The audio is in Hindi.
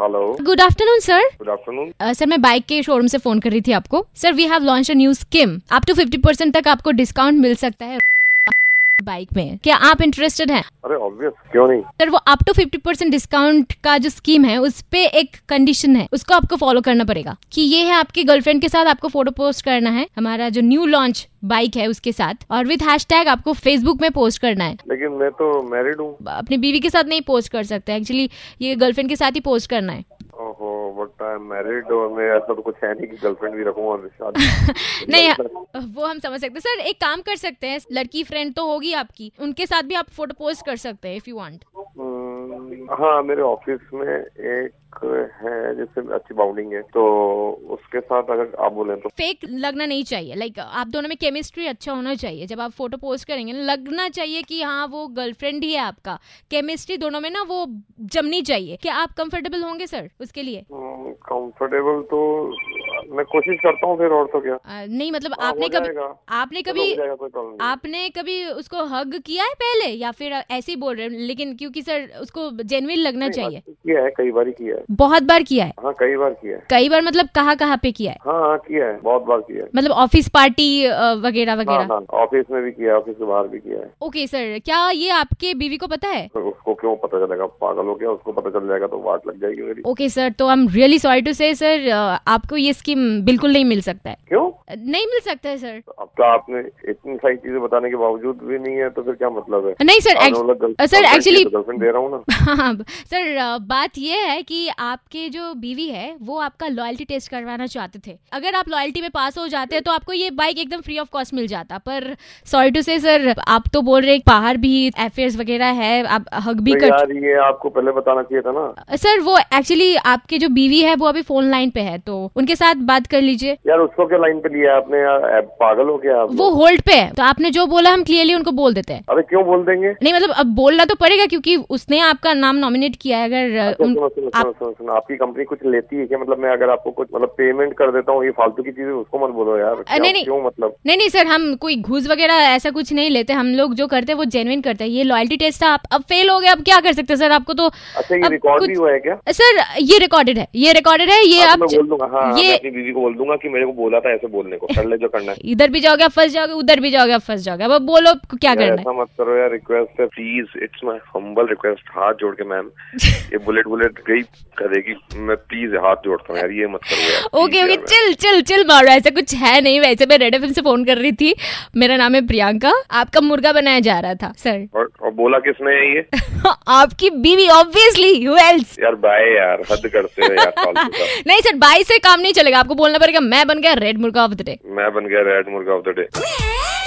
Hello good afternoon sir good afternoon sir Uh, मैं बाइक के शोरूम से फोन कर रही थी आपको sir we have launch a new scheme up to fifty percent तक आपको डिस्काउंट मिल सकता है बाइक में क्या आप इंटरेस्टेड हैं अरे ऑब्वियस क्यों नहीं सर वो up to fifty percent discount का जो स्कीम है उस पे एक कंडीशन है उसको आपको फॉलो करना पड़ेगा कि ये है आपकी गर्लफ्रेंड के साथ आपको फोटो पोस्ट करना है हमारा जो न्यू लॉन्च बाइक है उसके साथ और विथ हैश आपको फेसबुक में पोस्ट करना है लेकिन मैं तो मैरिड हूँ अपनी बीवी के साथ नहीं पोस्ट कर सकते एक्चुअली ये गर्लफ्रेंड के साथ ही पोस्ट करना है ओहो बट आई एम मैरिड और मैं ऐसा तो कुछ है नहीं कि गर्लफ्रेंड भी रखूंगा मेरे साथ नहीं हाँ, वो हम समझ सकते हैं सर एक काम कर सकते हैं लड़की फ्रेंड तो होगी आपकी उनके साथ भी आप फोटो पोस्ट कर सकते हैं इफ यू वांट हम्म, हाँ मेरे ऑफिस में एक है जिससे अच्छी बाउंडिंग है तो उसके साथ अगर आप बोले तो फेक लगना नहीं चाहिए लाइक आप दोनों में केमिस्ट्री अच्छा होना चाहिए जब आप फोटो पोस्ट करेंगे ना, लगना चाहिए कि हाँ वो गर्लफ्रेंड ही है आपका केमिस्ट्री दोनों में ना वो जमनी चाहिए क्या आप कंफर्टेबल होंगे सर उसके लिए कंफर्टेबल हम्म, तो मैं कोशिश करता हूँ फिर और तो क्या अ, नहीं मतलब हाँ, आपने हो कभी जाएगा। आपने चलो, कभी हो जाएगा, कोई प्रॉब्लम नहीं आपने कभी उसको हग किया है पहले या फिर ऐसे ही बोल रहे हैं लेकिन क्योंकि सर उसको जेन्युइन लगना नहीं, चाहिए बात किया है कई बार ही किया है बहुत बार किया है हाँ कई बार किया है कई बार मतलब कहाँ कहाँ पे किया है हाँ हाँ किया है बहुत बार किया है मतलब ऑफिस पार्टी अ, वगैरह हाँ वगैरह हाँ ऑफिस में भी किया है ऑफिस के बाहर भी किया है ओके सर क्या ये आपके बीवी को पता है तो उसको क्यों पता चलेगा पागल हो गया उसको पता चल जाएगा तो वाट लग जाएगी मेरी ओके सर तो I am really sorry to say sir आपको ये स्कीम बिल्कुल नहीं मिल सकता है क्यों अ, नहीं मिल सकता है सर अब तो आपने इतनी सारी चीजें बताने के बावजूद भी नहीं है तो फिर क्या मतलब है नहीं सर आपने बोला गर्ल- अ, सर गर्लफ्रेंड एक्चुअली चाहिए तो गर्लफ्रेंड दे रहा हूँ ना हाँ सर अ, बात यह है कि आपके जो बीवी है वो आपका लॉयल्टी टेस्ट करवाना चाहते थे अगर आप लॉयल्टी में पास हो जाते हैं तो आपको ये बाइक एकदम फ्री ऑफ कॉस्ट मिल जाता पर सॉरी टू से सर आप तो बोल रहे हैं बाहर भी अफेयर्स वगैरह है आप हग भी तो कर यार ये आपको पहले बताना चाहिए था ना सर वो एक्चुअली आपके जो बीवी है वो अभी फोन लाइन पे है तो उनके साथ बात कर लीजिए यार उसको क्या लाइन पे लिया आपने यार ऐ, पागल हो गया आप वो होल्ड पे है तो आपने जो बोला हम क्लियरली उनको बोल देते हैं अरे क्यों बोल देंगे नहीं मतलब अब बोलना तो पड़ेगा क्योंकि उसने आपका नाम नॉमिनेट किया है अगर अ, अच्छा, उन- सुनो सुनो आप- सुनो सुनो सुनो आपकी कंपनी कुछ लेती है क्या मतलब मैं अगर आपको कुछ मतलब पेमेंट कर देता हूँ ये फालतू की चीजें उसको मत बोलो यार क्या- नहीं, नहीं। क्यों मतलब नहीं नहीं सर हम कोई घूस वगैरह ऐसा कुछ नहीं लेते हम लोग जो करते हैं वो जेन्युइन करते हैं ये लॉयल्टी टेस्ट था आप अब फेल हो गए अब क्या कर सकते हैं सर आपको तो अच्छा ये अब रिकॉर्ड भी कुछ- हुआ है क्या सर ये रिकॉर्डेड है ये रिकॉर्डेड है ये हाँ, आप तो मैं बोल दूंगा हाँ हाँ, ये- मैं अपनी बीवी को बोल दूंगा कि मेरे को बोला था ऐसे बोलने को कर ले जो करना है इधर भी जाओगे आप फंस जाओगे उधर भी जाओगे आप फंस जाओगे अब आप बोलो आपको क्या यार, करना है ऐसा मत करो यार रिक्वेस्ट है please it's my humble request हाथ जोड़ के मैम ये बुलेट बुलेट गई करेगी मैं प्लीज हाथ जोड़ता हूँ यार ये मत करो यार ओके Please ओके यार, चिल चिल चिल मारो ऐसा कुछ है नहीं वैसे मैं रेड एफएम से फोन कर रही थी मेरा नाम है प्रियंका आपका मुर्गा बनाया जा रहा था सर मैम। और, और बोला किसने है ये आपकी बीवी ऑब्वियसली हु एल्स यार बाय यार हद करते हो यार फालतू का नहीं सर बाई से काम नहीं चलेगा आपको बोलना पड़ेगा मैं बन गया रेड मुर्गा ऑफ द डे मैं बन गया रेड मुर्गा ऑफ द डे Yeah.